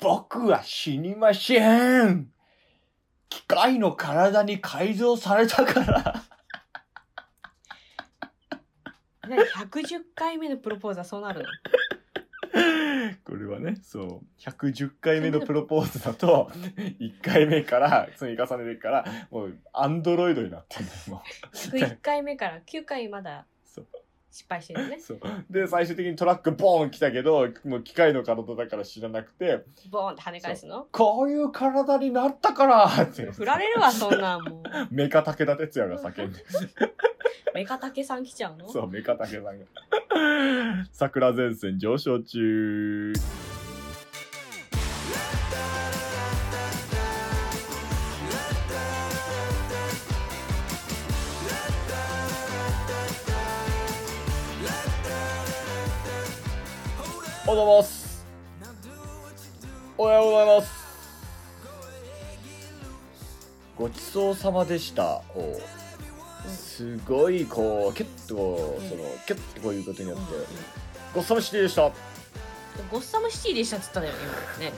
僕は死にません機械の体に改造されたから。何110回目のプロポーズはそうなる のこれはね、そう、110回目のプロポーズだと、1回目から積み重ねてから、もう、アンドロイドになってんだよ、も101回目から9回まだそう失敗してるねう。 そう。で、最終的にトラックボーン来たけど、もう機械の体だから知らなくて、ボーンって跳ね返すのこういう体になったからって。振られるわそんなんもうメカ武田鉄矢が叫んで。メカタケさん来ちゃうのそう、メカタケさんが。 桜前線上昇中。おはようございます。おはようございます。ごちそうさまでした。おすごいこうキュッとこうそのキュッとこういうことによって「ごっさまシティでした」ゴッサムシティでしたっつったんだよ 今ね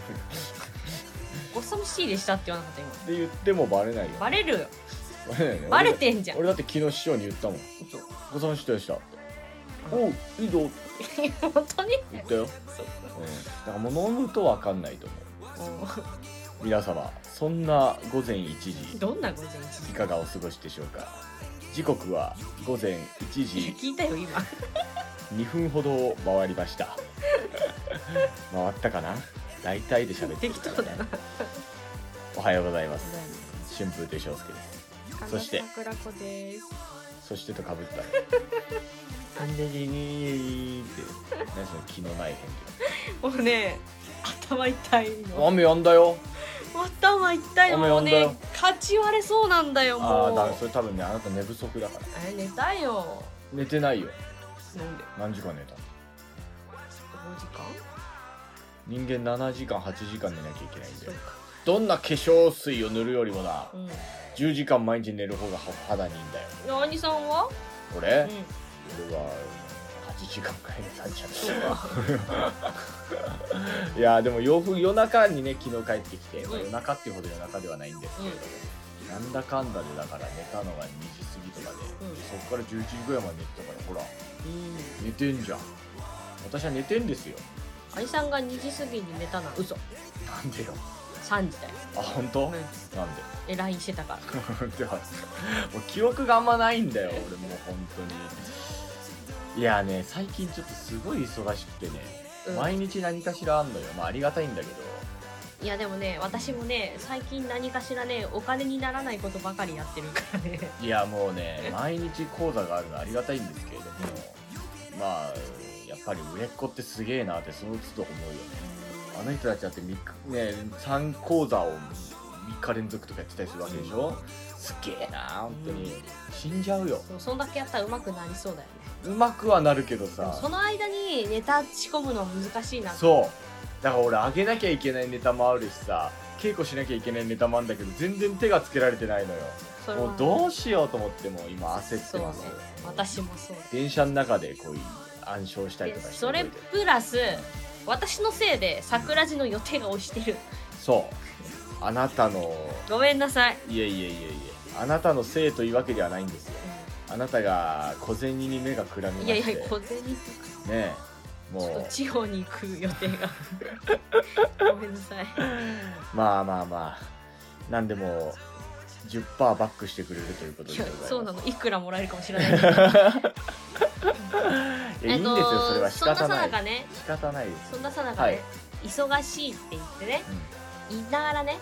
ゴッサムシティでしたって言わなかった今って言ってもバレないよバレるよバレないねバレてんじゃん俺だ俺だって昨日師匠に言ったもんそう「ごっさまシティでした」って「おういいぞ」っていや本当に言ったよ、そううん、だからもう飲むと分かんないと思おう皆様そんな午前1時どんな午前い1かがお過ごしでしょうか時刻は午前1時いや時聞いたよ今2分ほどを回りました 回ったかな大体で喋ってる適か当らだねなおはようございます春風亭昇介ですそして神田桜子ですそしてとかぶったねなんでにーって何その気のない返もうね頭痛い事の雨やんだよ頭痛いの雨もうやんだねよ勝ち割れそうなんだよああもだうそれ多分ねあなた寝不足だからえ寝たよ寝てないよなんで何時間寝た5時間人間7時間8時間寝なきゃいけないんだそようかどんな化粧水を塗るよりもなうん10時間毎日寝る方が肌にいいんだよ兄さんは俺、うん俺は8時間くらい寝たんじゃないそうかいやでも洋風夜中にね昨日帰ってきて、うんまあ夜中っていうほど夜中ではないんですけれども、なんだかんだでだから寝たのが2時過ぎとかで、うんそっから11時ぐらいまで寝てたからほらうん寝てんじゃん私は寝てんですよ兄さんが2時過ぎに寝たな嘘なんでよ3時だよあ本当、うんなんで え LINE してたからではもう記憶があんまないんだよ俺もう本当にいやね最近ちょっとすごい忙しくてね、うん毎日何かしらあんのよまあありがたいんだけどいやでもね私もね最近何かしらねお金にならないことばかりやってるからねいやもうね毎日講座があるのありがたいんですけれどもまあやっぱり売れっ子ってすげえなってそのつど思うよねあの人たちだって3日ね3講座を3日連続とかやってたりするわけでしょすげえな本当に死んじゃうよそうそんだけやったらうまくなりそうだよねうまくはなるけどでもそさの間にネタ仕込むのは難しいなそうだから俺あげなきゃいけないネタもあるしさ稽古しなきゃいけないネタもあるんだけど全然手がつけられてないのよそれはもうどうしようと思ってもう今焦ってますそうね私もそう電車の中でこういう暗唱したりでとかしてそれプラス私のせいで桜地の予定が押してる そうあなたのごめんなさい、いえいえいえいえあなたのせいというわけではないんですよあなたが小銭に目がくらみまいやいしてや小銭とかねえちょっもと地方に行く予定 がごめんなさいうまあまあまあなんでも10%バックしてくれるということいでごやざいますそうなのいくらもらえるかもしれないけどいやいいんですよそれは仕そ方なんなさないかね仕方ないですそんなさなかね、はい忙しいって言ってね言いながらね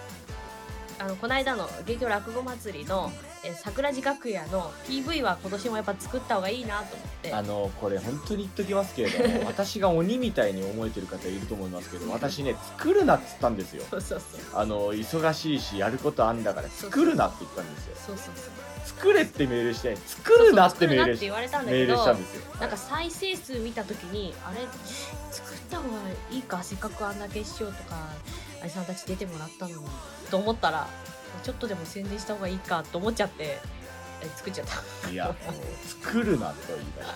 あのこの間の芸協落語祭りの、えー桜地楽屋の PV は今年もやっぱ作った方がいいなと思ってあのこれ本当に言っときますけれど も私が鬼みたいに思えてる方いると思いますけど私ね作るなっつったんですよそうそうそうあの忙しいしやることあんだから作るなって言ったんですよそうそうそう作れってメールして作るなってメー作るなルっしてメ言われたんだけールどしたんですよなんか再生数見た時にあれ作った方がいいかせっかくあんだけ師匠とかあいさんたち出てもらったのにと思ったらちょっとでも宣伝した方がいいかと思っちゃってえ作っちゃったいやもう作るなと言いまし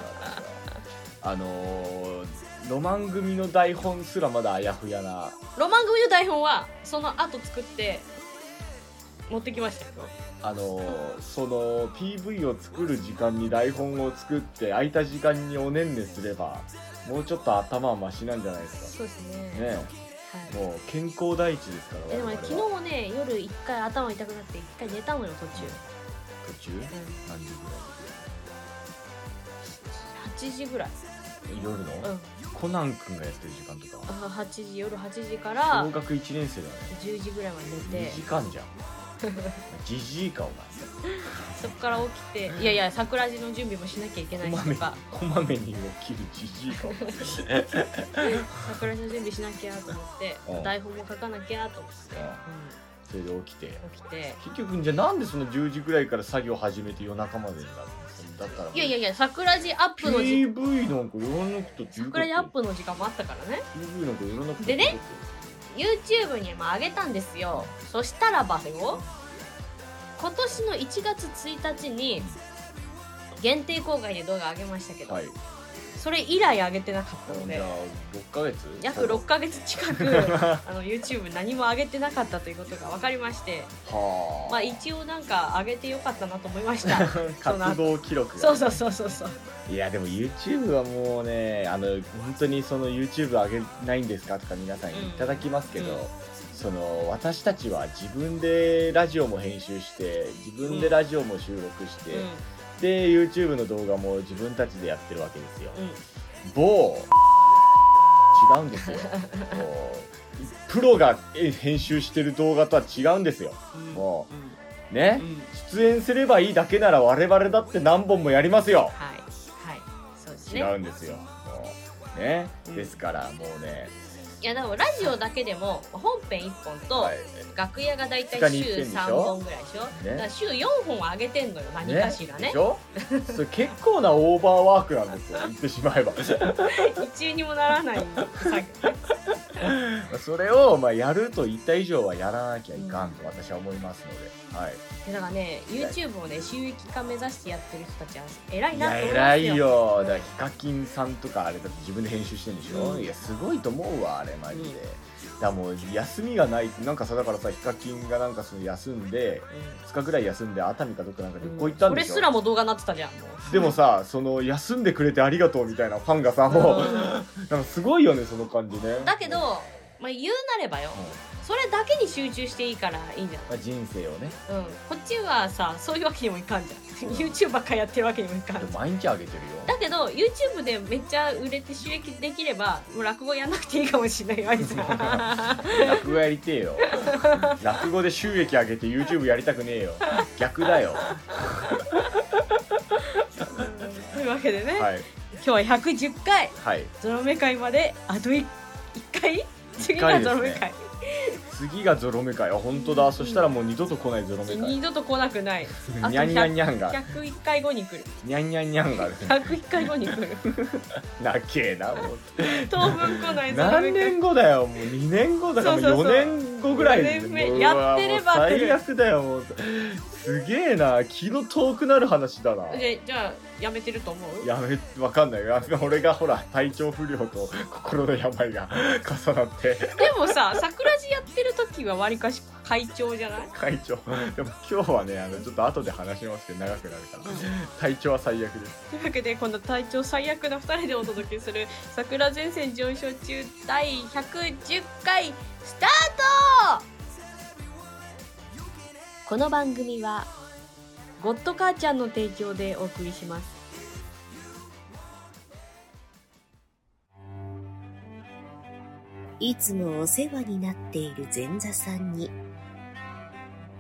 た私はあのーロマン組の台本すらまだあやふやなロマン組の台本はその後作って持ってきましたよあのーその PV を作る時間に台本を作って空いた時間におねんねすればもうちょっと頭はマシなんじゃないですかそうですねねはいえもう健康第一ですからえでもね我昨々は日もね夜一回頭痛くなって一回寝たのよ途中、途中何時8時ぐらい、ぐらい夜の、うん、コナン君がやってる時間とかあ8時夜8時か小ら学1年生だよね10時ぐらいまで寝て2時間 じゃんじじいかお前そこから起きていやいや桜地の準備もしなきゃいけないこましめとにかこまめに起きるじじいかお前桜地の準備しなきゃと思ってうん台本も書かなきゃと思って、それで起きてうん、起きて結局じゃあなんでその10時ぐらいから作業始めて夜中までになるのだったらいやいやいや桜地アップの時 PV なんかやらなくたってよかっ桜た地アップの時間もあったからね PV なんかやらなくたってでねよかっ YouTube にも上げたんですよそしたらばよ今年の1月1日に限定公開で動画上げましたけたど、はいそれ以来上げてなかったのじでゃあ6ヶ月約6ヶ月近 くあの YouTube 何も上げてなかったということが分かりましてはあ、まあ一応なんか上げてよかったなと思いましたその 活動記録がそうそうそうそうそういやでも YouTube はもうねあの本当にその YouTube 上げないんですかとか皆さんいただきますけど、うんうんその私たちは自分でラジオも編集して自分でラジオも収録して、うで YouTube の動画も自分たちでやってるわけですよ、んうん某違うんですよもうプロが編集してる動画とは違うんですよもね、うん出演すればいいだけなら我々だって何本もやりますよはいはいそうです違ねうんですよ。もうね、うんですからもうね、いやでもラジオだけでも本編1本と、はい楽屋がだいた二い日に一遍で週しょ3本ぐらいでしょねだから週4本上げてんのよ何かしらねでしょそれ結構なオーバーワークなん ですよ言ってしまえば 一にもならない作業それをまあやると言った以上はやらなきゃいかんと私は思いますので、はい、だからね YouTube をね収益化目指してやってる人たちは偉いいなやと思い偉ますいよよだからヒカキンさんとかあれだって自分で編集してるんでしょ、うんいやすごいと思うわあれマジで、うんだからもう休みがないなんかさだからさヒカキンがなんかその休んで2日ぐらい休んで熱海かどっかなんかう旅ん行行ったんこでれしょ、すらも動画になってたじゃんもでもさその休んでくれてありがとうみたいなファンがさうもう、うなんかすごいよねその感じねんだけど、まあ、言うなればようんそれだけに集中していいからいいんじゃまあ、人生をねない、うん、こっちはさそういうわけにもいかんじゃん YouTube ばっかやってるわけにもいかんでじゃんも毎日あげてるよだけど YouTube でめっちゃ売れて収益できればもう落語やんなくていいかもしれないわけさ 落語やりてえ よ落語で収益上げて YouTube やりたくねえよ逆だよというわけでね、はい今日は110回はいゾロ目会まであと 1, 回次がゾロ目会、次がゾロ目かよ本当だそしたらもう二度と来ないゾロ目か二度と来なくないあとにゃんにゃんにゃんが101回後に来るにゃんにゃんにゃんがある101回後に来るなけえなもう当分来ないゾ何ロ目会年後だよもう2年後だからもうそうそうそう4年後ぐらいで四年目もうやってればうわもう来る最悪だよもうすげえな気の遠くなる話だなでじゃあやめてると思うやめわかんないよ俺がほら体調不良と心の病が重なってでもさ桜地やってる時はわりかし会長じゃない会長でも今日はねあのちょっと後で話しますけど長くなるから体調は最悪ですというわけでこの体調最悪な2人でお届けする「桜前線上昇中第110回」スタートこの番組はゴッド母ちゃんの提供でお送りしますいつもお世話になっている前座さんに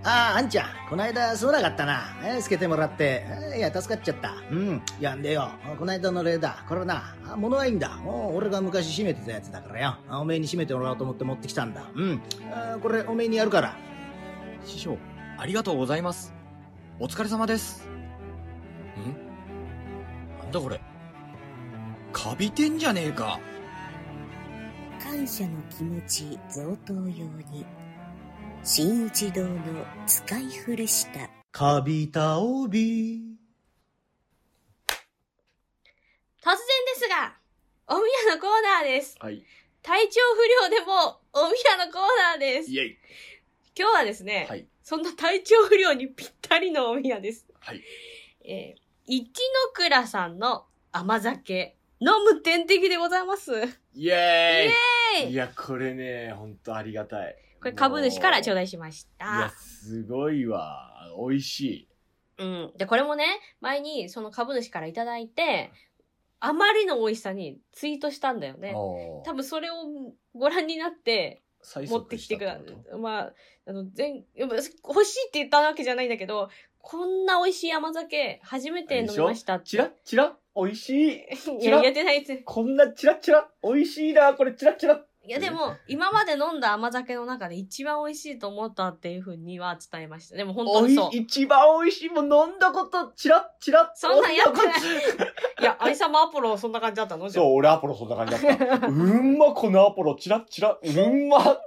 ああ、あんちゃん、こないだすまなかったな。えーつけてもらって。えーいや、助かっちゃった。うん。いやんでよ。こないだの例だ。これな、あ物はいいんだ。お俺が昔閉めてたやつだからよ。あおめえに閉めてもらおうと思って持ってきたんだ。うん。あーこれ、おめえにやるから。師匠、ありがとうございます。お疲れ様です。んなんだこれ。カビてんじゃねえか。感謝の気持ち贈答用に新一堂の使い古したカビタオビ。突然ですがおみやのコーナーです。はい。体調不良でも、おみやのコーナーです。イエイ。今日はですね、はい。そんな体調不良にぴったりのおみやです。はい。えー、一ノ倉さんの甘酒、飲む点滴でございます。イエーイエーイ。イいや、これね、ほんとありがたい。これ株主から頂い戴しましいや、た。すごいわ。美味しい。うん。で、これもね、前にその株主からいただいて、あまりの美味しさにツイートしたんだよね。おー多分それをご覧になって、催促持ってきてくだしたってこまあ、あの、全、やっぱ欲しいって言ったわけじゃないんだけど、こんな美味しい甘酒、初めて飲みましたっとて。チラッチラッ美味しい。いチラや、やってないです。こんなチラッチラッ美味しいな。これチラッチラッ。いや、でも、今まで飲んだ甘酒の中で一番美味しいと思ったっていうふうには伝えました。でも本当おいにそう。一番美味しいもん飲んだこと、チラッチラッ。そんなんやってな飲いだこといや、アリ様アポロそんな感じだったのじゃそあう、俺アポロそんな感じだった。うんま、このアポロ、チラッチラッ。うんま。あ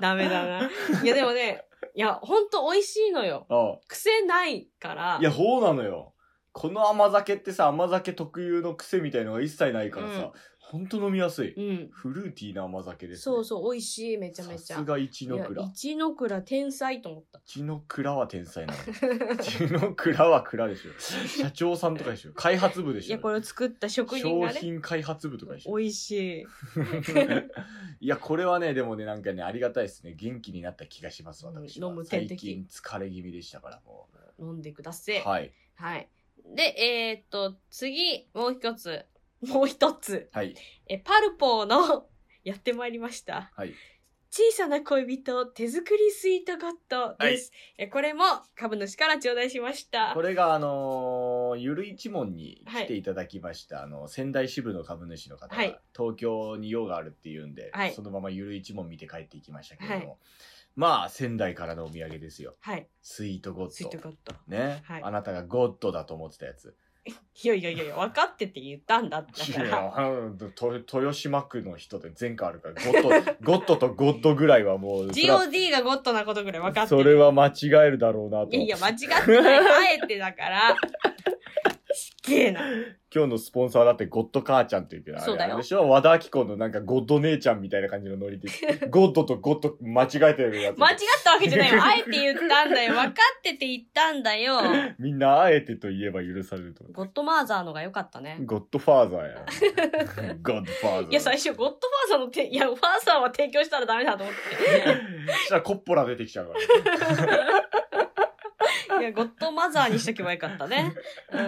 ダメだな。いや、でもね、いや、ほんと美味しいのよ。あ癖ないから。いや、そうなのよ。この甘酒ってさ、甘酒特有の癖みたいのが一切ないからさ、うんほんと飲みやすい。うん。フルーティーな甘酒です、ね。そうそう、美味しい、めちゃめちゃ。さすが一のいや蔵。一の蔵、天才と思った。一の蔵は天才な の。一の蔵は蔵でしょ。社長さんとかでしょ。開発部でいしや、ょ。これを作った職人商がね、品開発部とかでしょ。美味しい。 いや、これはね、でもね、なんかね、ありがたいですね。元気になった気がします、私は。うん飲む点最滴近疲れ気味でしたから、も飲んでくださう。い。はい。はい。で、えー、っと、次、もう一つ。もう一つ。はい。え、パルポーの、 やってまいりました。はい。小さな恋人、手作りスイートゴットです。え、これも、株主から頂戴しま したこ。れが、あのーゆる一門に来ていただきました、あの、仙台支部の株主の方が、はい東京に用があるっていうんで、はいそのままゆる一門見て帰っていきましたけれども、まあ、仙台からのお土産ですよ。はい。スイートゴスイッートド。ゴット。ね、はいあなたがゴッドだと思ってたや つ。いやいやいやいや、分かってって言ったんだったいから。や、うんと豊島区の人で前科あるから、ゴッド、ゴッドとゴッドぐらいはもう、それは GOD がゴッドなことぐらい分かってそれるは間違えるだろうなと。いやいや、間違ってない。あえてだから。すっげえな。今日のスポンサーだってゴッド母ちゃんって言うけど、あれそうだよあれでしょ和田アキ子のなんかゴッド姉ちゃんみたいな感じのノリで、 ゴッドとゴッド間違えてるやつ。間違ったわけじゃないよ。あえて言ったんだよ。分かってて言ったんだよ。みんなあえてと言えば許されると思う。ゴッドマーザーのが良かったね。ゴッドファーザーや。 ゴッドファーザー。いや、最初、ゴッドファーザーのて、いや、ファーザーは提供したらダメだと思って。そしたらコッポラ出てきちゃうから。いや、ゴッドマザーにしとけばよかった ね。うん。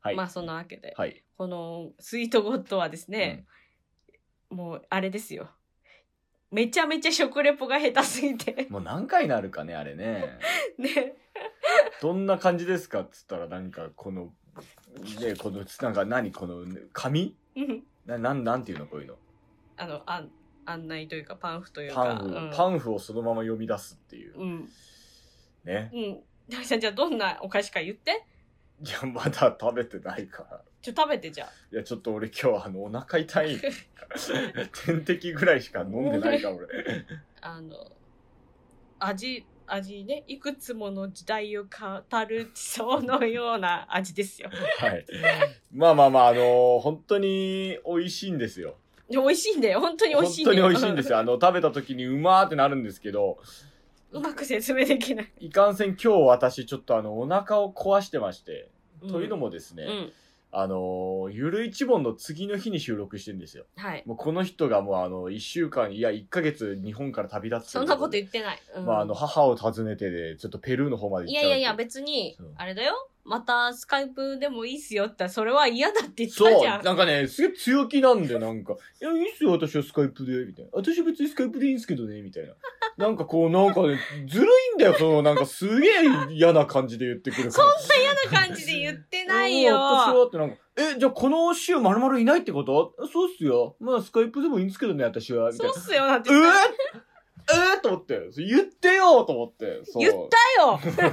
はい。まあ、そんなわけで。はい。この、スイートゴッドはですうんね、もう、あれですよ。めちゃめちゃ食レポが下手すぎて。 もう何回なるかね、あれね。ね。どんな感じですかっつったら、なんかこの、ね、この、なんか何この、紙うんな、なん、なんていうのこういうの。あの、あん案内というか、パンフというか。パンフ、うんパンフをそのまま読み出すっていう。うん。ね。うん。大ちゃん、じゃあどんなお菓子か言って。いや、まだ食べてないから。ちょ、食べてじゃあ。いや、ちょっと俺今日あの、お腹痛 い。点滴ぐらいしか飲んでないから、俺。あの、味、味ね、いくつもの時代を語るそのような味ですよ。 はい。まあまあまあ、あのー本当に美味しいんですよ。で美味しいんだよ。本当に美本味しいん当だに美よ。味しいんですよ。あの、食べた時にうまーってなるんですけど、うん。うまく説明できない。いかんせん今日私ちょっとあの、お腹を壊してまして、というのもですね、うん、うん。あのーゆる一本の次の日に収録してんですよ。はい。もうこの人がもうあの、一週間、いや、一ヶ月日本から旅立つそんなことで言ってない。うん、まあ、あの、母を訪ねてで、ちょっとペルーの方まで行いっちゃやうといやいや、別にそう、あれだよ。またスカイプでもいいっすよって言ったら、それは嫌だって言っそたう、じゃ。なんんかね、すげえ強気なんで、なんか、いや、いいっすよ、私はスカイプで、みたいな。私は別にスカイプでいいんですけどね、みた いな。なんかこう、なんかね、ずるいんだよ、その、なんかすげえ嫌な感じで言ってくるから。そんな嫌な感じで言ってないよ。うん私はってなんか、え、じゃあこの週まるまるいないってことそうっすよ。まあ、スカイプでもいいんですけどね、私は、みたいそうなっ。すよ、なんてえ言ったらええと思って、言ってよと思って。そう言ったよ。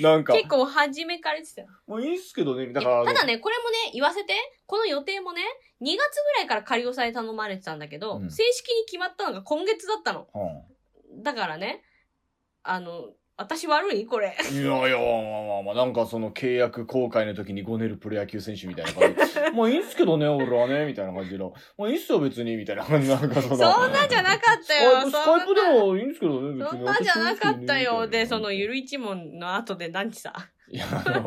なんか、結構初めから言ってたよ。もういいっすけどね、だいかやらあの。ただね、これもね、言わせて、この予定もね、2月ぐらいから仮押さえ頼まれてたんだけど、うん正式に決まったのが今月だったの。うんだからね、あの、私悪いこれ。いやいや、まあまあまあ、なんかその契約更改の時にごねるプロ野球選手みたいな感じで。まあいいんすけどね、俺はね、みたいな感じ の。まあいいっすよ、別に、みたいな感じなんかそその。んなんじゃなかったよ。スカイプでもいいんですけどね、別に。そんなんじゃなかったよ。で、そのいゆ る一問の後で何さ。や、あの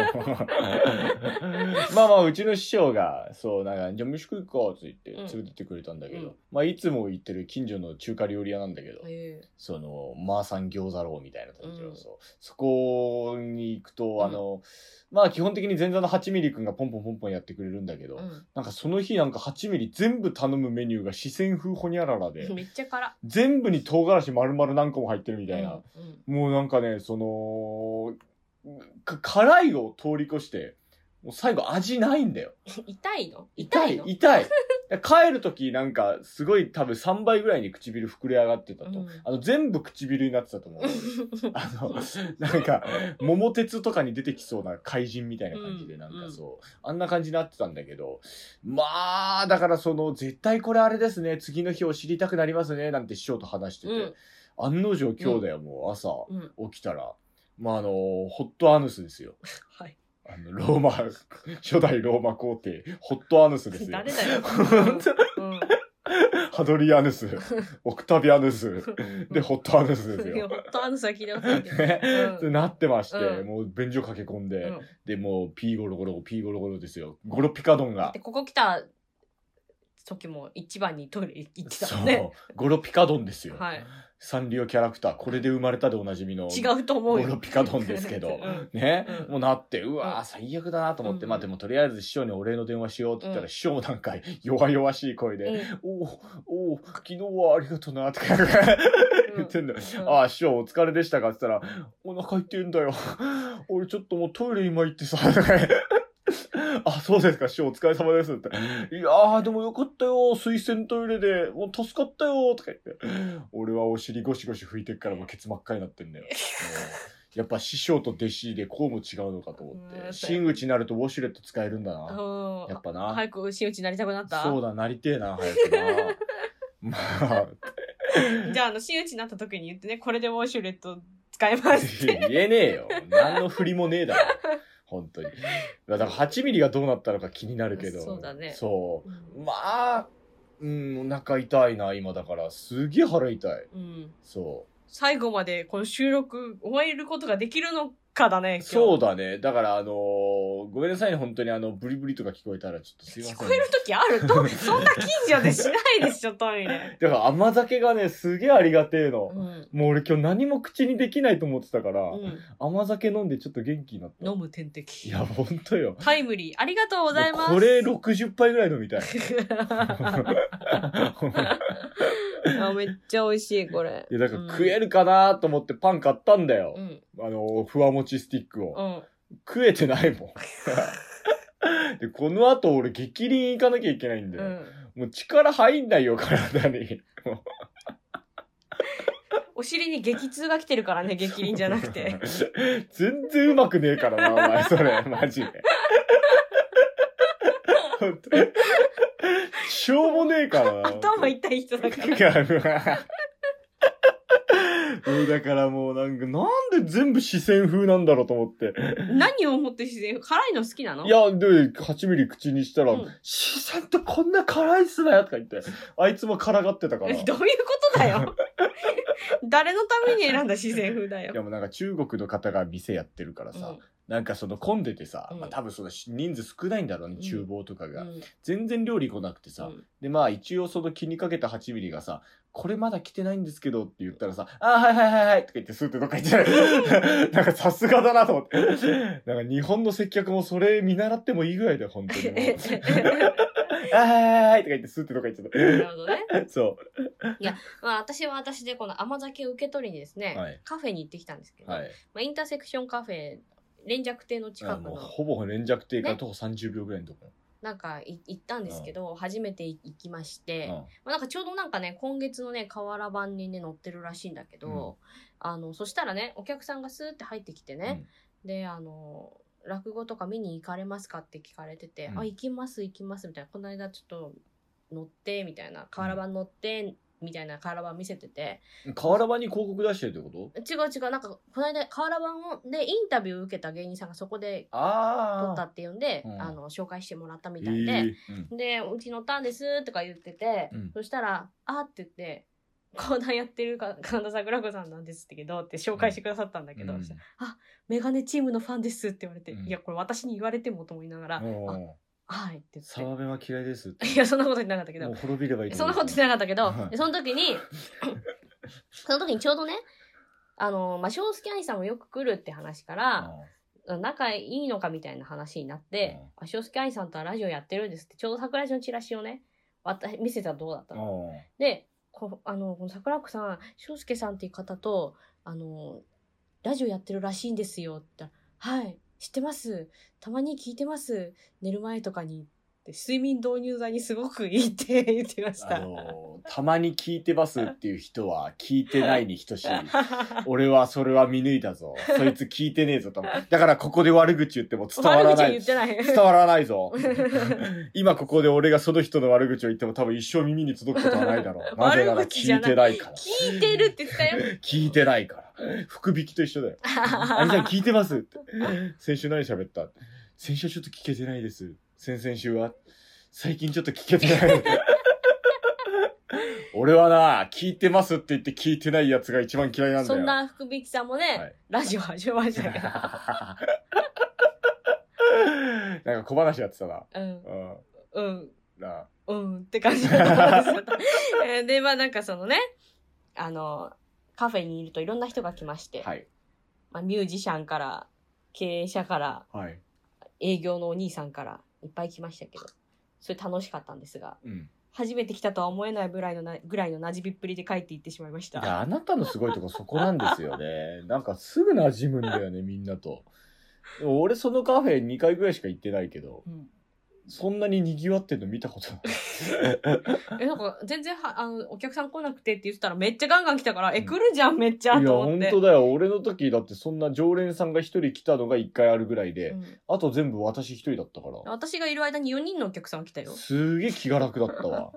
まあまあ、うちの師匠が、そう、なんか、じゃあ飯食いか、つって連れてってくれたんだけど、うんまあ、いつも行ってる近所の中華料理屋なんだけど、ええその、マーサン餃子ローみたいな感じの、うんそうそこに行くんと、あの、まあ基本的に前座の8ミリくんがポンポンポンポンやってくれるんだけど、うんなんかその日なんか8ミリ全部頼むメニューが四川風ホニャララで、めっちゃ辛。全部に唐辛子丸々何個も入ってるみたいな。うんもうなんかね、その、か辛いを通り越して、もう最後味ないんだよ。うん痛いの痛痛いい、の痛い。 帰るときなんか、すごい多分3倍ぐらいに唇膨れ上がってたと。うんあの、全部唇になってたと思う。あの、なんか、桃鉄とかに出てきそうな怪人みたいな感じで、うんなんかそう、あんな感じになってたんだけど、まあ、だからその、絶対これあれですね、次の日を知りたくなりますね、なんて師匠と話してて、うん案の定今日だよ、もう朝。うん。起きたら、まあ、あの、ホットアヌスですよ。はい。あの、ローマ、 初代ローマ皇帝、ホットアヌスですよ誰。だよ。本うんハドリアヌ ス、オクタビアヌス、で、ホットアヌスですいや、よ。ほっとあの先だったけど。ねう ってなってまして、うんもう便所駆け込んで、うんで、もう P ゴロゴロ、P ゴロゴロですよ。ゴロピカドンがで、。ここ来た時も一番にトイレ行ってたそもんね。う、ゴロピカドンですよ。はい。サンリオキャラクター、これで生まれたでおなじみの。違うと思うゴロよ。ピカドンですけど うんね、うんもうなって、うわうーん最悪だなと思って、うんまあでもとりあえず師匠にお礼の電話しようって言ったら、うん師匠もなんか弱々しい声で、うんおうおう昨日はありがとな、とか言ってんだよ。うん ああ、師匠お疲れでしたかって言ったら、お腹痛いんだよ。 俺ちょっともうトイレ今行ってさ、 とかあ、そうですか、師匠お疲れ様ですって。いやーでもよかったよ、水洗トイレで、もう助かったよ、とか言って。俺はお尻ゴシゴシ拭いてっからもうケツ真っ赤になってん だよ。うんやっぱ師匠と弟子でこうも違うのかと思っうんて。真打ちになるとウォシュレット使えるんだな。うんやっぱな早く真打ちになりたくなったそうだ、なりてえな、早く な。まあ、じゃあ、あの、真打ちになった時に言ってね、これでウォシュレット使えます。言えねえよ。何の振りもねえだろ。本当に。だから8ミリがどうなったのか気になるけど。そうだねそう。まあ、うん、お腹痛いな、今だから。すげえ腹痛い。うん。そ最後までこの収録終えることができるのかだね、う。今日。そうだね。だから、あのーごめんなさいね、本当にあの、ブリブリとか聞こえたらちょっとすいません。聞こえる時あると、そんな近所でしないでしょ、トイレ。だから甘酒がね、すげえありがてえのう。ん。もう俺今日何も口にできないと思ってたから、うん。甘酒飲んでちょっと元気になった。飲む点い滴。や、ほんとよ。タイムリー。ありがとうございます。もうこれ60杯ぐらい飲みたい。 あめっちゃ美味しい、これ い。や、だから食えるかなと思ってパン買ったんだよう。ん。あの、ふわもちスティックうを。ん。食えてないも ん。で、この後俺激輪行かなきゃいけないんだうよ。ん。もう力入んないよ、体に。お尻に激痛が来てるからね、激輪じゃなくて。。 全然うまくねえからな、お前、それ、マジで。 本当にしょうもねえからな。頭痛い人だから。も うだからもうなんか、なんで全部四川風なんだろうと思って。何をもって自然辛いの好きなのいや、で、8ミリ口にしたら、うん四川ってこんな辛いっすねとか言って、あいつも辛がってたから。えいどういうことだよ。 誰のために選んだ自然風だよ。やもうなんか中国の方が店やってるからさ、なんかその混んでてさ、うんまあ多分その人数少ないんだろうね、うん厨房とかうんが。全然料理来なくて さ、うんでまあ一応その気にかけた8ミリがさ、これまだ来てないんですけどって言ったらさ、あーはいはいはいはいとか言ってスーってどっか行っちゃう。なんかさすがだなと思って。なんか日本の接客もそれ見習ってもいいぐらいだよ、本当にもう。あーはいはいはいはいとか言ってスーってどっか行っなちるほどね。ゃった。そまあ私は私でこの甘酒を受け取りにですね、はいカフェに行ってきたんですけう。ど、はい。まあ、インターセクションカフェ、連雀亭の近あくもうの、ほぼ連弱低から徒歩30秒ぐらいのとこなんかい行ったんですけど、初めて行きまして、ろ。まあ、なんかちょうどなんかね、今月のね、瓦版にね、載ってるらしいんだけど、あの、そしたらね、お客さんがスーって入ってきてね、で、あの、落語とか見に行かれますかって聞かれてて、うんあ、行きます、行きます、みたいな。この間ちょっと乗って、みたいな。瓦版乗って、みたいな瓦版見せてて、瓦版に広告出してるってこと違う違う、なんか、この間、瓦版をでインタビューを受けた芸人さんがそこで撮あったあっていうんで、うんあの、紹介してもらったみみたいで、うん、で、うち乗ったんですとか言ってて、うんそしたら、あーって言って、講談やってるか神田桜子さんなんですってけどって紹介してくださったんだけど、うんそしたらメガネチームのファンですって言われて、うんいや、これ私に言われてもと思いながら、おあーはいって言っ澤部は嫌いですってて。いや、そんなこと言ってなかったけもうど、滅びればいいそんなこと言っていなかったけどは、いでその時 に、その時にちょうどね、あの、まあ、正介兄さんもよく来るって話から、仲いいのかみたいな話になってうん、あ、正介兄さんとはラジオやってるんですって、ちょうど桜井のチラシをね、私、 見せたらどうだったので、こあの、この桜子さん、翔介さんっていう方と、あの、ラジオやってるらしいんですよって言ったら、はい、知ってます。たまに聞いてます。寝る前とかに。って睡眠導入剤にすごくいいって言ってましあた。 のーたまに聞いてますっていう人は聞いてないに等しい俺はそれは見抜いたぞ そいつ聞いてねえぞ多分だからここで悪口言っても伝わ悪ら口なはい言ってない。伝わらない ぞ今ここで俺がその人の悪口を言っても多分一生耳に届くことはないだろ うなぜなら悪口じ聞ゃいないてないから聞いてるって言ってた よ。聞いてないから福引きと一緒だよ兄さん聞いてますって。先週何喋った先週はちょっと聞けてないです。先々週は最近ちょっと聞けてない。俺はな、聞いてますって言って聞いてないやつが一番嫌いなんだよ。そんな福引さんもね、はいラジオ始めましたけど。 なんか小話やってたな。 うん、うん。うん、なあうんって感じ だったんですよえーで、まあなんかそのね、あの、カフェにいるといろんな人が来まして、はい。まあ、ミュージシャンから、経営者から、はい。営業のお兄さんから、いっぱい来ましたけど、それ楽しかったんですが、うん。初めて来たとは思えないぐらいのな、ぐらいの馴染みっぷりで帰っていってしまいましいや、た。あなたのすごいとこそこなんです よね。なんかすぐ馴染むんだよね、みんなと。でも俺そのカフェ2回ぐらいしか行ってないけど、うんそんなに賑わってんの見たことない。え、なんか、全然は、あの、お客さん来なくてって言ってたら、めっちゃガンガン来たから、え、来るじゃん、めっちゃ、いや、と思っ本て。当だよ。俺の時だってそんな常連さんが一人来たのが一回あるぐらいで、うんあと全部私一人だったから、私がいる間に4人のお客さんが来たよ。すげえ気が楽だった わ。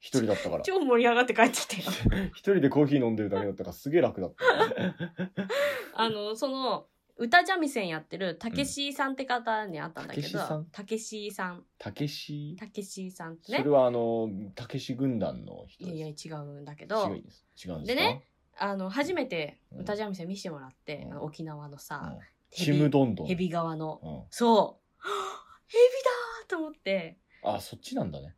一人だったから。超盛り上がって帰ってきたよ。一人でコーヒー飲んでるだけだったからすげえ楽だった。 あの、その、歌三味線やってる、たけしさんって方に会ったんだたけけしさんど、たけしさん、たけし、たけしさんってそねれ、はあの、たけし軍団の人いやいや、で違うんだけす。ど違い、です。違うんですかでね、あの、初めてうん歌三味線見せてもらって、うん沖縄のさうん、ヘちビむどんどん。ヘビ川の、うん。そう、 ヘビだーと思って、あ、そっちなんだね。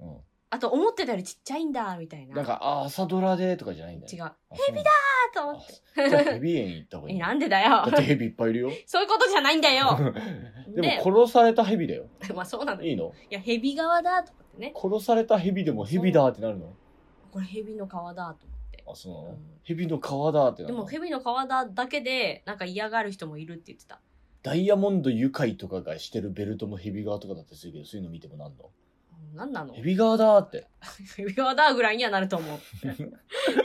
うんうん。あと思ってたよりちっちゃいんだ、みたいな。なんか、あ、朝ドラでとかじゃないんだ違ね。う。あヘビだと思って。じゃあヘビ園行った方がい え、い。なだんでだよっ。てヘビいっぱいいるよ。 そういうことじゃないんだよ。 でも殺されたヘビだよ。まあそうなのよ。いいのいや、ヘビ川だと思ってね。殺されたヘビでもヘビだってなるのこれヘビの川だと思って。あ、そうなの、うんヘビの皮だってなるでのも蛇の皮だだけでなんか嫌がる人もいるって言ってたダイヤモンド愉快とかがしてるベルトもヘビ側とかだったりするけど、そういうの見てもなんのうん何なのヘビ側だって。蛇皮だぐらいにはなると思う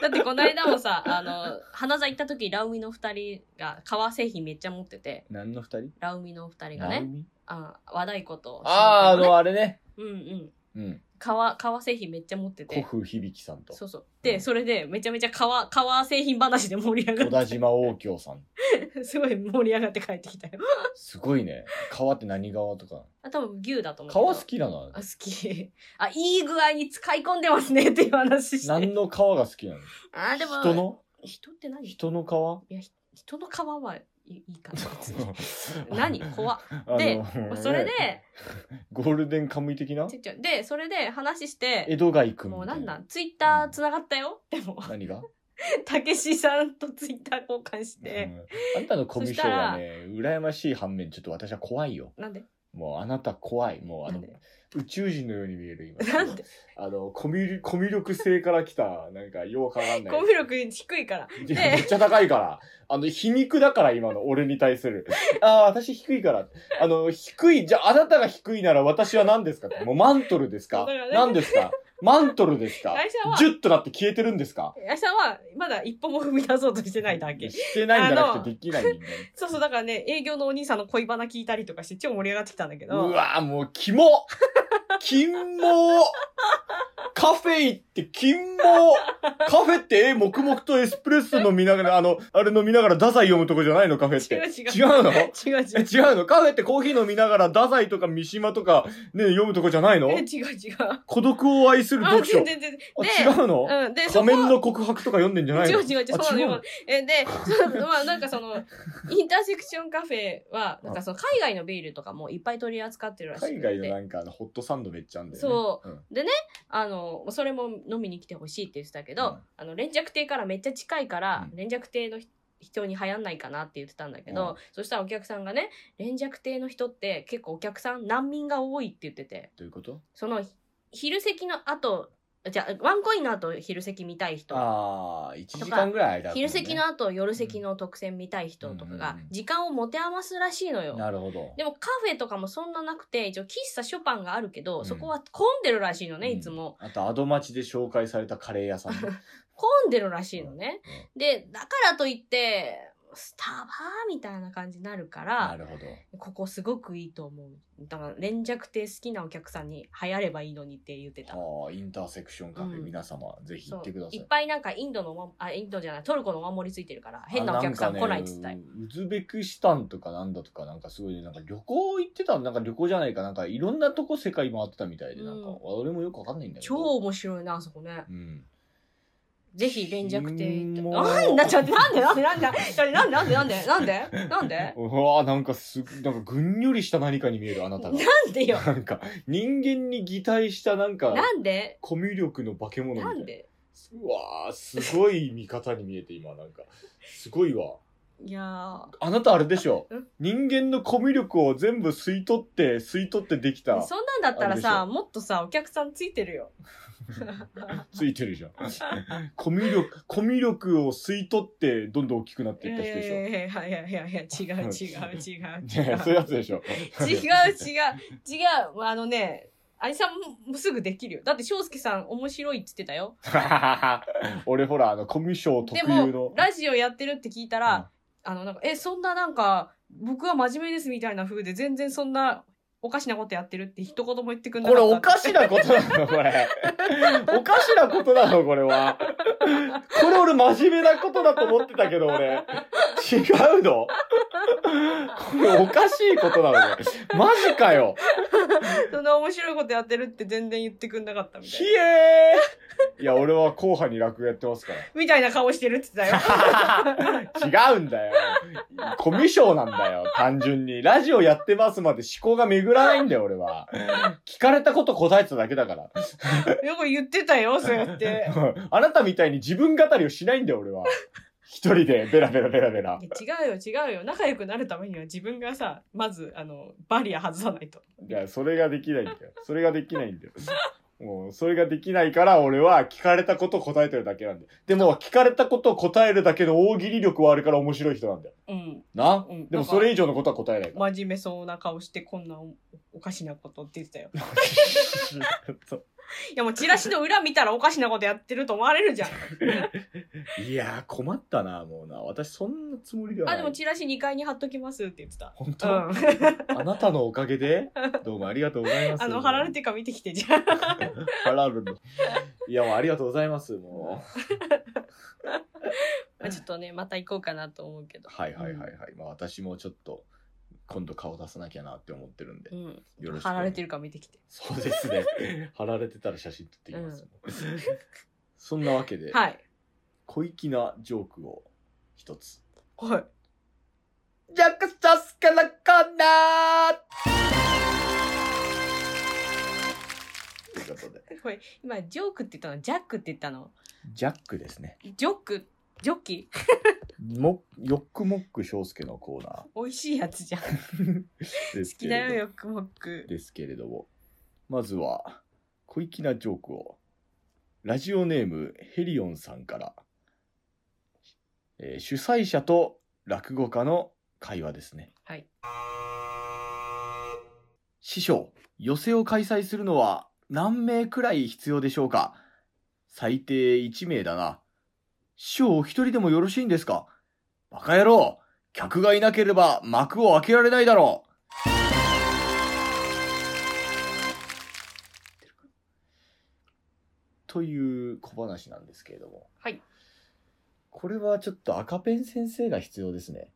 だってこの間もさあの花座行った時ラウミの二人が革製品めっちゃ持ってて何の二人ラウミの二人がナオねミあ和太鼓とああ、あねの、あれね。うんうんうん。革革製品めっちゃ持って古て風響さんとそ。うそううでんそれでめちゃめちゃ革革製品話で盛り上小が田っ島王京さん。て すごい盛り上がって帰ってきたよすごいね。川って何川とか。あ多分牛だと思うけど川好きなのあ好きあいい具合に使い込んでますねっていう話して何の川が好きなのあーでも人の人って何人の川いやひ人の皮はいいいかな別に 何怖っあの でそれで、ゴールデンカムイ的なちょちょでそれで話して江戸街くんみもうたないんなんツイッターつながったよでも何 がたけしさんとツイッター交換して、うんあんたのコミュ障はね羨ましい反面ちょっと私は怖いよなんでもうあなた怖いもうあなんので宇宙人のように見える今なんであのコミュコミュ力性から来たなんかようかわかんないコミュ力低いからいやめっちゃ高いからあの皮肉だから今の俺に対するああ私低いからあの低いじゃああなたが低いなら私は何ですかもうマントルですかだからね何ですかマントルですか会社はジュッとなって消えてるんですかあさんはまだ一歩も踏み出そうとしてないだけしてないんじゃなあのくてできない人間そうそうだからね営業のお兄さんの恋バナ聞いたりとかして超盛り上がってきたんだけどうわーもう、キモ金毛カフェ行って金毛カフェってえ黙々とエスプレッソ飲みながら、あの、あれ飲みながらダサい読むとこじゃないのカフェって。違う違う違うのえ違う違う。違うのカフェってコーヒー飲みながら、ダサいとか三島とか、ね、読むとこじゃないのえ違う違う。孤独を 愛するあ、読書。全あ、然全然。で、違うのうん、で、そ仮こ面の告白とか読んでんじゃない違のう違う違う、あそうな違うののよ。え、で、そのまあなんかその、インターセクションカフェは、なんかその海外のビールとかもいっぱい取り扱ってるらしくて。海外のなんかあの、ホットサンドめっちゃあんだよね。そうん。あの、それも飲みに来てほしいって言ってたけど、うんあの、連着亭からめっちゃ近いから、うん連着亭の人人に流行んないかなって言ってたんだけど、うんそしたらお客さんがね、連着亭の人って結構お客さん難民が多いって言ってて、どういうことその、ひ昼席の後、じゃあ、ワンコインの後昼席見たい人ああ、1時間ぐらい間、ね。昼席の後夜席の特選見たい人とかうんがうんうん時間を持て余すらしいのよ。なるほど。でもカフェとかもそんななくて、一応喫茶ショパンがあるけど、んそこは混んでるらしいのね、うんいつも。あと、アド町で紹介されたカレー屋さん ね。混んでるらしいのね。で、だからといって、スタバーみたいな感じになるかなら、るほど。ここすごくいいと思う。だから、連着亭好きなお客さんに流行ればいいのにって言ってた。ああ、インターセクションカフェ、うん皆様、ぜひ行そっうてください。いっぱいなんかインドのおま、あ、インドじゃない、トルコのお守りついてるから、変なお客さん来ないっつったあよんかねウズベクスタンとかなんだとか、なんかすごいね、なんか旅行行ってた、なんか旅行じゃないか、なんかいろんなとこ世界回ってたみたいで、なんか、うん俺もよくわかんないんだけど。超面白いな、あそこね。うん。ぜひ連着亭行って。もうなんだ、ちょっと、なんで、なんで、なんで、ちょっとなんで、なんで、なんで、なんで、なんで、うわあなんかす、なんかぐんよりした何かに見える、あなたが。 なんでよ。なんか、人間に擬態したなんか、なんで、コミュ力の化け物みたないな。んで。うわーすごい見方に見えて、今、なんか。すごいわ。いやー。あなたあれでしょうん人間のコミュ力を全部吸い取って、吸い取ってできた、そんなんだったらあさ、れもっとさ、お客さんついてるよ。ついてるじゃん。コミュ力、コミュ力を吸い取って、どんどん大きくなっいていやっいた人でやしょいやいやいやいやいや、違う違う違う違う。ねそういうやつでしょ違う違う違う。あのね、アニさんもすぐできるよ。だって翔介さん面白いって言ってたよ。 俺ほら、あの、コミュ障特で有もの、。ラジオやってるって聞いたら、あの、なんか、え、そんななんか、僕は真面目ですみたいな風で、全然そんな、おかしなことやってるって一言も言ってくんなこれかった。おかしなことなのこ れ。おかしなことなのこれは。これ俺真面目なことだと思ってたけど俺。違うのこれおかしいことなのこれ。マジかよ。そんな面白いことやってるって全然言ってくんなかったみたひいな。えーいや、俺は後半に落語やってますから。みたいな顔してるって言ってたよ。違うんだよ。コミュ障なんだよ、単純に。ラジオやってますまで思考が巡らないんだよ、俺は。聞かれたこと答えてただけだから。よく言ってた よ、そうやって。あなたみたいに自分語りをしないんだよ、俺は。一人で、ベラベラベラベラ。いや違うよ、違うよ。仲良くなるためには自分がさ、まず、あの、バリア外さないと。いや、それができないんだよ。それができないんだよ。もう、それができないから、俺は聞かれたこと答えてるだけなんだよ。でも、聞かれたこと答えるだけの大喜利力はあるから面白い人なんだよ。うん。な、うんでも、それ以上のことは答え ないから。真面目そうな顔して、こんなおおかしなことって言ってたよ。いや、もうチラシの裏見たらおかしなことやってると思われるじゃん。いやー困ったなもうな私そんなつもりではないあ、でもチラシ2階に貼っときますって言ってた。本う当、 ん。あなたのおかげでどうもありがとうございますあの、貼られてるから見てきて、じ ゃあ。貼られるのいやもうありがとうございますもうまあちょっとね、また行こうかなと思うけど。はいはいはいはい、まあ、私もちょっと今度顔出さなきゃなって思ってるんで、うん。よろしく貼られてるから見て きて。そうです ね貼られてたら写真撮ってきます、そんなわけで、はい。小粋なジョークを一つはい。ジャックサスカラカナーということでこれ、今、ジョークって言ったの、ジャックって言ったの。ジャックですね。ジョック、ジョッキも、ヨックモック翔介のコーナ美味しいやつじゃん。好ー ですきけだれどよ、よくもっく。ですけれども。まずは、小粋なジョークを。ラジオネームヘリオンさんから、えー主催者と落語家の会話ですね。はい。師匠、寄席を開催するのは何名くらい必要でしょうか最低1名だな。師匠、お一人でもよろしいんですかバカ野郎客がいなければ幕を開けられないだろという小話なんですけれども、はい。これはちょっと赤ペン先生が必要ですね。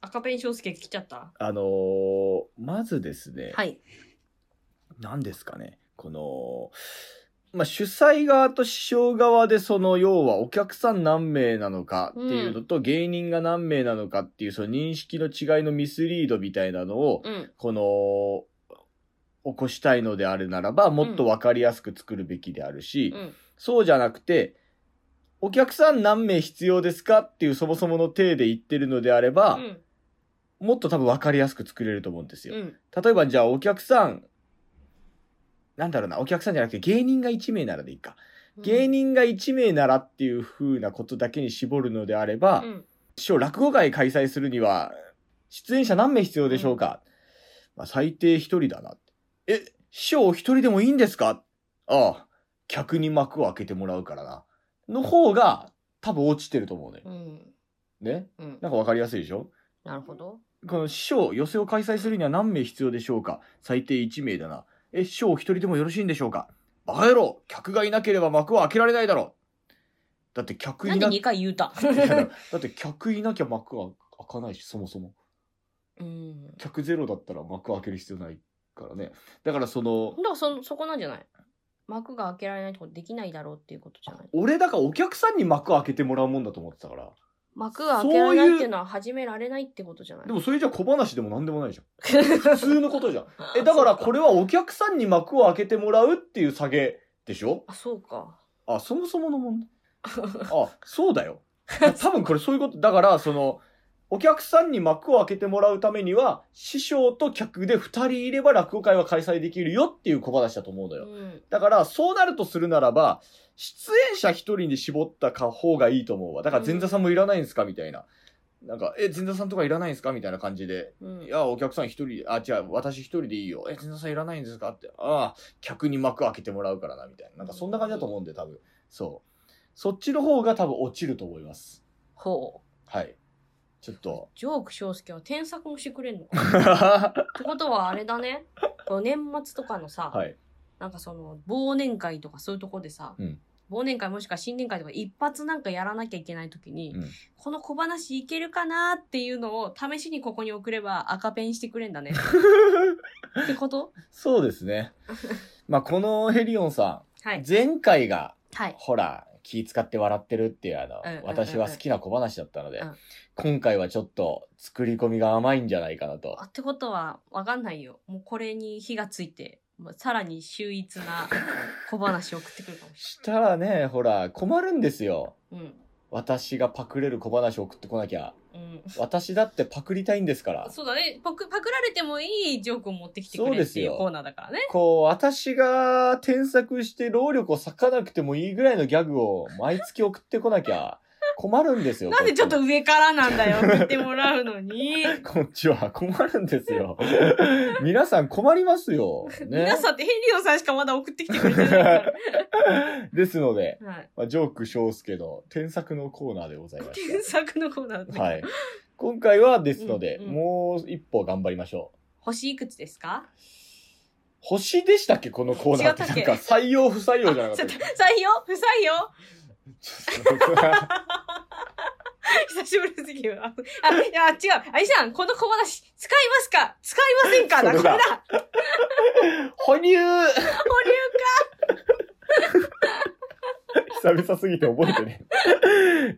赤ペン翔介来ちゃった。あのーまずですね、はい。何ですかね、この、まあ、主催側と師匠側でその要はお客さん何名なのかっていうのと芸人が何名なのかっていうその認識の違いのミスリードみたいなのをうん。この起こしたいのであるならばもっと分かりやすく作るべきであるし、うん。そうじゃなくてお客さん何名必要ですかっていうそもそもの体で言ってるのであれば、うん。もっと多分分かりやすく作れると思うんですよ。うん。例えばじゃあお客さん、なんだろうな、お客さんじゃなくて芸人が1名ならでいいか。芸人が1名ならっていう風なことだけに絞るのであれば、うん。師匠落語会開催するには、出演者何名必要でしょうか、まあ最低1人だな。え、師匠お一人でもいいんですかああ、客に幕を開けてもらうからな。の方が多分落ちてると思うねう。ん。ね。うん。なんかわかりやすいでしょなるほど。この師匠、寄席を開催するには何名必要でしょうか最低1名だな。え、師匠お一人でもよろしいんでしょうかバカ野郎客がいなければ幕は開けられないだろだって客ないんでな、 2回言うたいやだって客いなきゃ幕は開かないし、そもそも。 うん。客ゼロだったら幕開ける必要ないからね。だからそのだ、からそ、そこなんじゃない幕が開けられないとこできないだろうっていうことじゃない俺だからお客さんに幕開けてもらうもんだと思ってたから。幕が開けられないっていうのは始められないってことじゃないでもそれじゃ小話でも何でもないじゃん。普通のことじゃん。え、だからこれはお客さんに幕を開けてもらうっていう下げでしょあ、そうか。あ、そもそもの問 題。あ、そうだよ。多分これそういうこと。だから、その、お客さんに幕を開けてもらうためには、師匠と客で二人いれば落語会は開催できるよっていう小話だと思うのうよ。ん。だから、そうなるとするならば、出演者一人に絞ったか方がいいと思うわ。だから、前座さんもいらないんですかみたいな。なんか、え、前座さんとかいらないんですかみたいな感じで。うんい。や、お客さん一人、あ、違う、私一人でいいよ。え、全然さんいらないんですかって。ああ、客に幕開けてもらうからな、みたいな。なんかそんな感じだと思うんで、多分。そう。そっちの方が多分落ちると思います。ほう。はい。ちょっ と。ジョーク翔介は添削もしてくれんのってことはあれだ ね。こう年末とかのさ、はい。なんかその、忘年会とかそういうとこでさ、うん忘年会もしくは新年会とか一発なんかやらなきゃいけないときに、うんこの小話いけるかなっていうのを試しにここに送れば赤ペンしてくれ んだね。ってことそうですね。まあ、このヘリオンさはん い、。前回が、はい。ほら、気使って笑ってるっていう、あの、うんうんうんうん私は好きな小話だったので、うん今回はちょっと作り込みが甘いんじゃないかなとあ。ってことはわかんないよ。もうこれに火がついて、もうさらに秀逸 な小話を送ってくるかもししたらね、ほら、困るんですよ。れない。私がパクれる小話を送ってこなきゃ。うん。うん。私だってパクりたいんですから。そうだね。パク、パクられてもいいジョークを持ってきてくれっそていううですよコーナーだからね。こう、私が添削して労力を割かなくてもいいぐらいのギャグを毎月送ってこなきゃ困るんですよ。なんでちょっとこ上からなんだよ、送ってもらうのに。っちはこっちは困るんです よ。皆さん困りますよ。ね皆。さんってヘリオさんしかまだ送ってきてくれてないかですので、ら。 はい。まあ、ジョーク翔介の添削のコーナーでございまし検索のコーナーた。 で。はい。今回はですので、うんうんもう一歩頑張りましょう。星いくつですか星でしたっけこのコーナーって。違ったなんっけか採用不採用じゃなかっちたょっっけと採用不採用久しぶりすぎる。あ、あいや、違う。あいさん、この小話、使いますか使いませんかだそこれれだだ。哺乳久々すぎて覚えてね。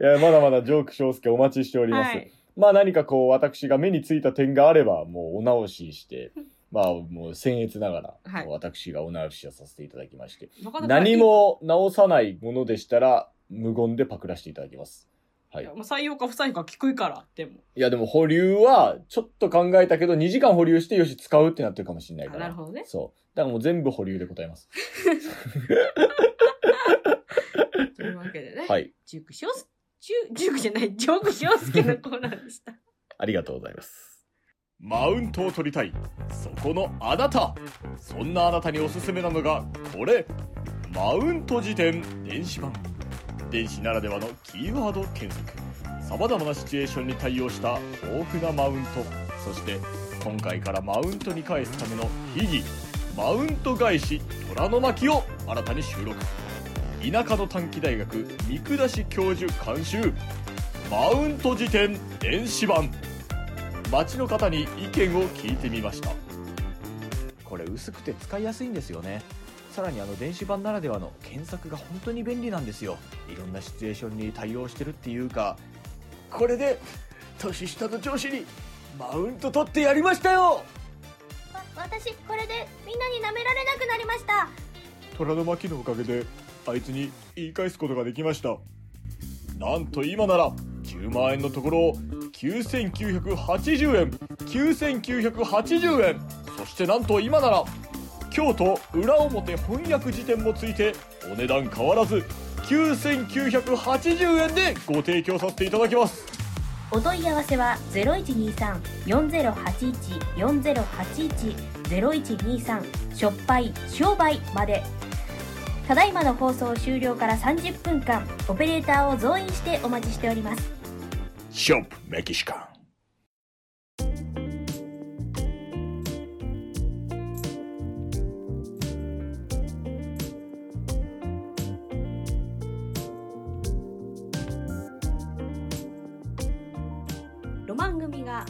いや、まだまだジョーク翔介お待ちしております。はいまあ何かこう、私が目についた点があれば、もうお直しして、まあもう僭越ながはら、いもう私がお直しをさせていただきまして、なかなか何。も直さないものでしたら、無言でパクらせていただきます。はいいや。もう採用か不採用か聞くから、でも。いやでも保留は、ちょっと考えたけど、2時間保留してよし使うってなってるかもしれないかあら。なるほどね。そう。だからもう全部保留で答えます。というわけでね。。はいい。ジュークしょうす、ジュジュークじゃない、 ジョークしょうすけのコーナーでした。ありがとうございます。マウントを取りたい。そこのあなた。そんなあなたにおすすめなのが、これ。マウント辞典電子版。電子ならではのキーワード検索。さまざまなシチュエーションに対応した豊富なマウント。そして、今回からマウントに返すための秘技。マウント返し虎の巻を新たに収録。田舎の短期大学三下し教授監修マウント辞典電子版街の方に意見を聞いてみましたこれ薄くて使いやすいんですよねさらにあの電子版ならではの検索が本当に便利なんですよいろんなシチュエーションに対応してるっていうかこれで年下の上司にマウント取ってやりましたよわ私これでみんなに舐められなくなりました虎の巻のおかげであいつに言い返すことができましたなんと今なら9万円のところを9980円9980円そしてなんと今なら京都裏表翻訳辞典もついてお値段変わらず9980円でご提供させていただきますお問い合わせは0123-4081-4081-0123しょっぱい商売までただいまの放送終了から30分間オペレーターを増員してお待ちしておりますショップメキシカンロマン組が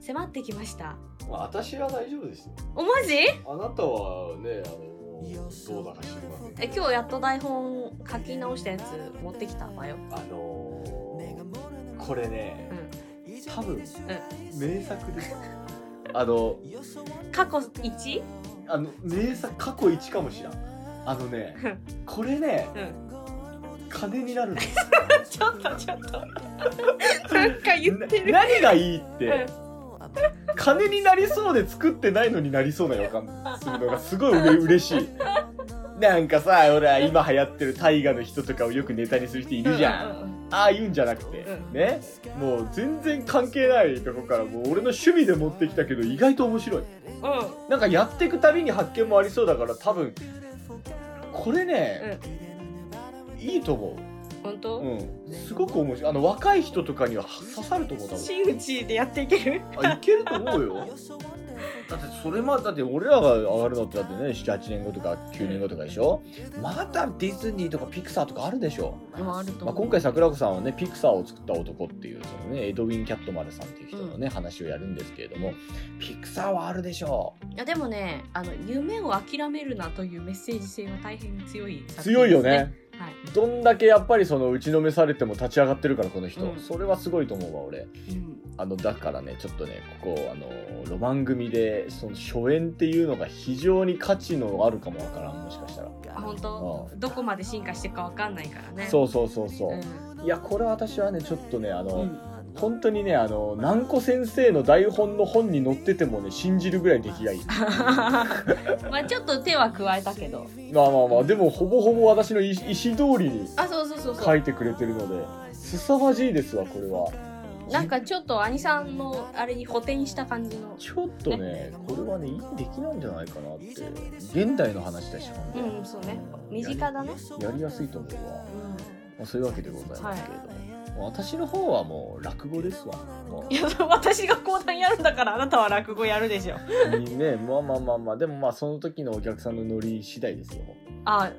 迫ってきました私は大丈夫ですよおマジあなたはねあのどうだか知りませんえ今日やっと台本書き直したやつ持ってきたわよあのーこれね、多分、名作です あの過去一あの名作過去一かもしらんあの ねうんこれね、うん金になるんですちょっとちょっと なんか言ってるな何がいいっうてん金になりそうで作ってないのになりそうな予感するのがすごいうれ嬉しいなんかさ俺は今流行ってる大河の人とかをよくネタにする人いるじゃん、うんうんうんああいうんじゃなくて、うんねもう全然関係ないとこからもう俺の趣味で持ってきたけど意外と面白いうんなんかやっていくたびに発見もありそうだから多分これね、いいと思本う、当、うん、すごく面白いあの若い人とかには刺さると思う多分真打ちでやっていけるあいけると思うよだってそれまだって俺らが上がるのってだってね78年後とか9年後とかでしょまだディズニーとかピクサーとかあるでしょあるとまあ、今回桜子さんはねピクサーを作った男っていうその、ね、エドウィン・キャットマルさんっていう人のね、話をやるんですけれどもピクサーはあるでしょういやでもねあの夢を諦めるなというメッセージ性は大変強い作品です、強いよねはいどんだけやっぱりその打ちのめされても立ち上がってるからこの人、うんそれはすごいと思うわ俺うんあのだからねちょっとねここあのロマン組でその初演っていうのが非常に価値のあるかもわからんもしかしたら、あ本当うどこまで進化していくかわかんないからねそうそうそうそうう、んいやこれは私はねちょっとねあの、うん本当にねあの南子先生の台本の本に載っててもね信じるぐらい出来がいいまあちょっと手は加えたけどまあまあまあでもほぼほぼ私の意意思通りにあそうそうそうそ書ういてくれてるので凄まじいですわこれはなんかちょっと兄さんのあれに補填した感じのちょっとねこれはねいい出来なんじゃないかなって現代の話だしほんでうんそうね身近だねやりやすいと思うわ、まあ、そういうわけでございますけれども、私の方はもう落語ですわもういや私が講談やるんだからあなたは落語やるでしょにねまあまあまあまあでもまあその時のお客さんのノリ次第ですよあ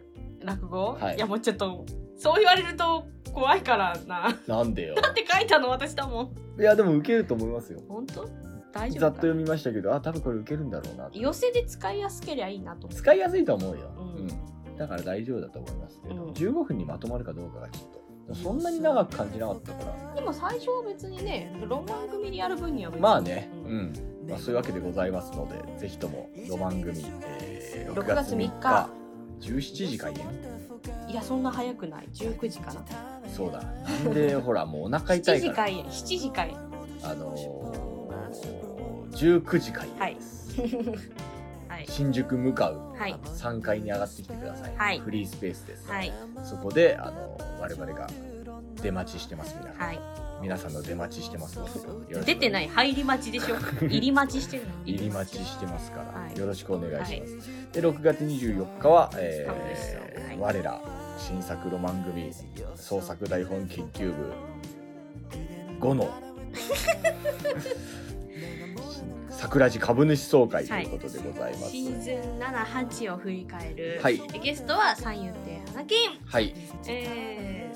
落語、はいいやもうちょっとそう言われると怖いからななんでよだって書いたの私だもんいやでも受けると思いますよ本当大ざ丈っと夫か読みましたけどあ多分これ受けるんだろうなって寄せで使いやすけりゃいいなと思う使いやすいとは思うよ、うんうんだから大丈夫だと思いますけど、うん15分にまとまるかどうかがちょっとそんなに長く感じなかったからでも最初は別にねロマン組でやる分には別にまあねううんん、まあ、そういうわけでございますのでぜひともロマン組、えー6月3日17時開演いやそんな早くない19時かなそうだなんでほらもうお腹痛7い時から開演7時開演あのー、19時開演です、はい 新宿向かうはい3階に上がってきてください、はいフリースペースです、はいそこであの我々が出待ちしてます皆さん、はい皆さんの出待ちしてますよろしく出てない入り待ちで しょ入り待ちしてるの入り待ちしてますから、はいよろしくお願いします、で6月24日は、えそうですーはい我ら新作ロマン組創作台本研究部5の桜地株主総会とはいいうことでございます。シーズン78を振り返る、はいゲストは三遊亭花金、はい。え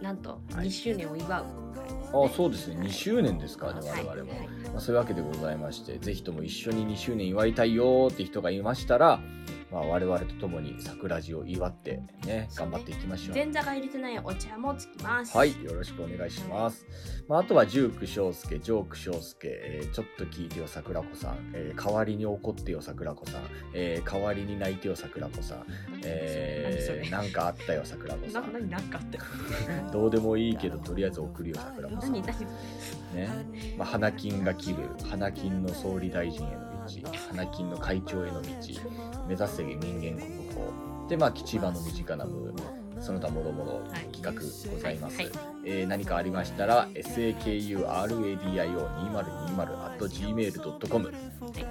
ー、なんとはい2周年を祝う会ですね、あ、そうですね。2周年ですからね、はい我々も。はいまあ、そういうわけでございまして、ぜひとも一緒に2周年祝いたいよーって人がいましたら、まあ、我々と共に桜地を祝ってね、頑張っていきましょう。前座が入れてないお茶もつきますはい、よろしくお願いします。まあ、あとは、ジューク翔介、ジョーク翔介、えーちょっと聞いてよ、桜子さん、えー代わりに怒ってよ、桜子さん、えー代わりに泣いてよ、桜子さん、何それえー、何なんかあったよ、桜子そさ。れなん何なんかあってどうでもいいけど、とりあえず送るよ、桜子さん。何ね。何まあ、花金が切る、花金の総理大臣への道、花金の会長への道、目指せ人間国宝。で、まあ、吉場の身近な部分、その他もろもろはい企画ございます。はいえー何かありましたら sakuradio2020.gmail.com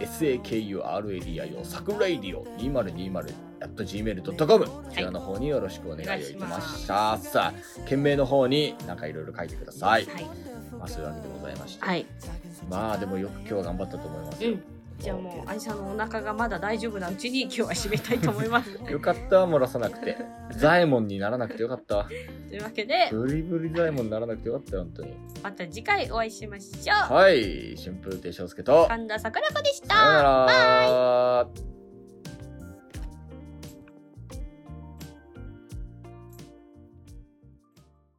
sakuradio 桜イディオ 2020.gmail.com こちらの方によろしくお願いをいたしますさあ件名の方になんかいろいろ書いてください、はいまあそういうわけでございまして、はいまあでもよく今日は頑張ったと思いますうよ、んじゃあもう愛さんのお腹がまだ大丈夫なうちに今日は締めたいと思いますよかったわ漏らさなくてザエモンにならなくてよかったわというわけでブリブリザエモンにならなくてよかったよ本当にまた次回お会いしましょうはい春風亭昇介と神田桜子でしたさよなら